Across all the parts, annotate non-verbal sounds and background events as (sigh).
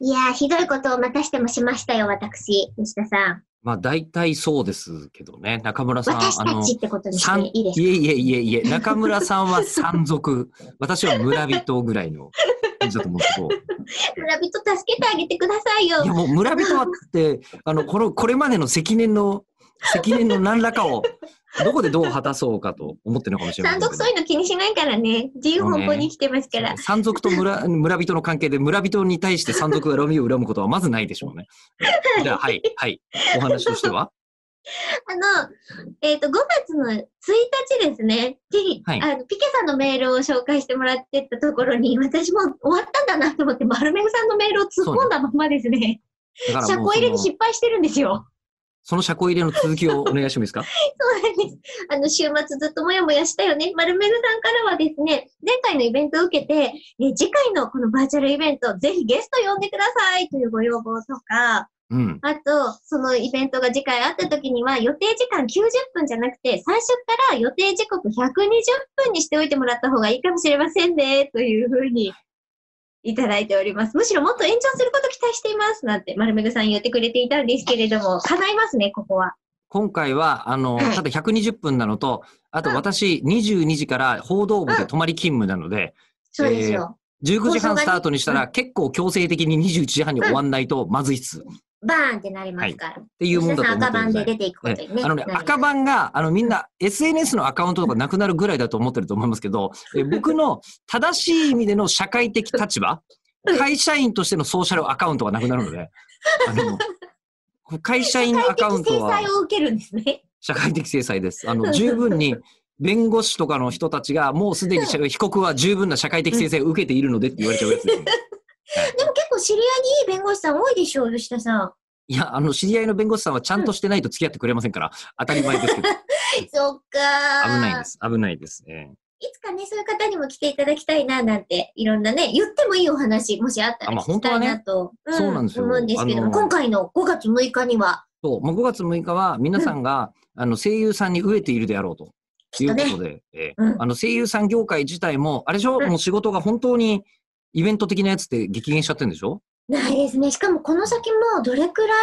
いやー、ひどいことをまたしてもしましたよ、私、西田さん。まあ大体そうですけどね。中村さん、私あたの、ちってことにし三ていいですいかえいえいえいえ、中村さんは山賊、私は村人ぐらいの感じだと思うんですけど、村人助けてあげてくださいよいや。もう村人はって、あの、この、これまでの積年の、積年の何らかを、どこでどう果たそうかと思ってるのかもしれませ山んけど賊そういうの気にしないからね。自由奔放に生きてますから。山賊と村村人の関係で村人に対して山賊が恨みを恨むことはまずないでしょうね。じゃあ、はい、はい。お話としてはあの、えっ、と、5月の1日ですね、にはいあのピケさんのメールを紹介してもらってたところに、私も終わったんだなと思って、丸めぐさんのメールを突っ込んだままですね、だから車もう庫入れにその失敗してるんですよ。その車庫入れの続きをお願いしてもいいですかそうなんです。あの、週末ずっともやもやしたよね。丸めぐさんからはですね、前回のイベントを受けて、え次回のこのバーチャルイベント、ぜひゲスト呼んでくださいというご要望とか、うん。あと、そのイベントが次回あった時には、予定時間90分じゃなくて、最初から予定時刻120分にしておいてもらった方がいいかもしれませんね、というふうにいただいております。むしろもっと延長すること期待しています、なんて丸めぐさん言ってくれていたんですけれども、叶いますね、ここは。今回は、あの、はいただ120分なのと、あと私、22時から報道部で泊まり勤務なので、そうですよ。 19時放送が半ねスタートにしたら、結構強制的に21時半に終わんないとまずいっす。っバーンってなりますから。ていうもんだ吉田さと思んって赤番くださでい。出ていくことにね。あのね、なります赤番が、あの、みんな SNS のアカウントとかなくなるぐらいだと思ってると思いますけ (laughs) ど、え僕の正しい意味での社会的立場、会社員としてのソーシャルアカウントがなくなるので、あ (laughs) の、会社員アカウント社は会的制裁を受けるんですね。社会的制裁です。あの、十分に弁護士とかの人たちが、もう (laughs) すでに社被告は十分な社会的制裁を受けているのでって言われちゃうやつですね。でも結構知り合いにいい弁護士さん多いでしょう、吉田さん。いや、あの、知り合いの弁護士さんはちゃんとしてないと付き合ってくれませんから、当たり前です (laughs) けど、危そっかー。ないです。危ないです。ええいつかね、そういう方にも来ていただきたいな、なんて、いろんなね、言ってもいいお話、もしあったあらまあ聞きたいなと、当はねそうなんですよ思うんですけども、あのー今回の5月6日には、そう、まあ、5月6日は皆さんが、あの声優さんに飢えているであろうときいっうとこねと、で、えーうんあの声優さん業界自体も、あれでしょ、うんもう仕事が本当にイベント的なやつって激減しちゃってるんでしょないですね。しかもこの先もどれくら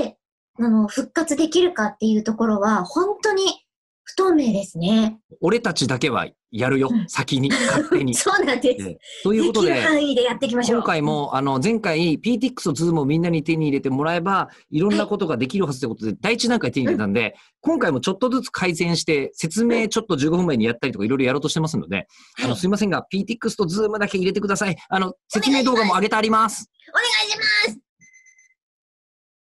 いで、あの、復活できるかっていうところは、本当に不透明ですね。俺たちだけはやるよう、ん先に、勝手 (laughs) に。そうなんです。えでーということ (laughs) きるで、範囲でやっていきましょう。今回も、あの、前回、PTX と Zoom をみんなに手に入れてもらえば、いろんなことができるはずということで、第一段階手に入れたんで、今回もちょっとずつ改善して、説明ちょっと15分前にやったりとか、いろいろやろうとしてますので、はい、おあの、願いしすいませんが、PTX と Zoom だけ入れてください。あの、説明動画も上げてあります。ます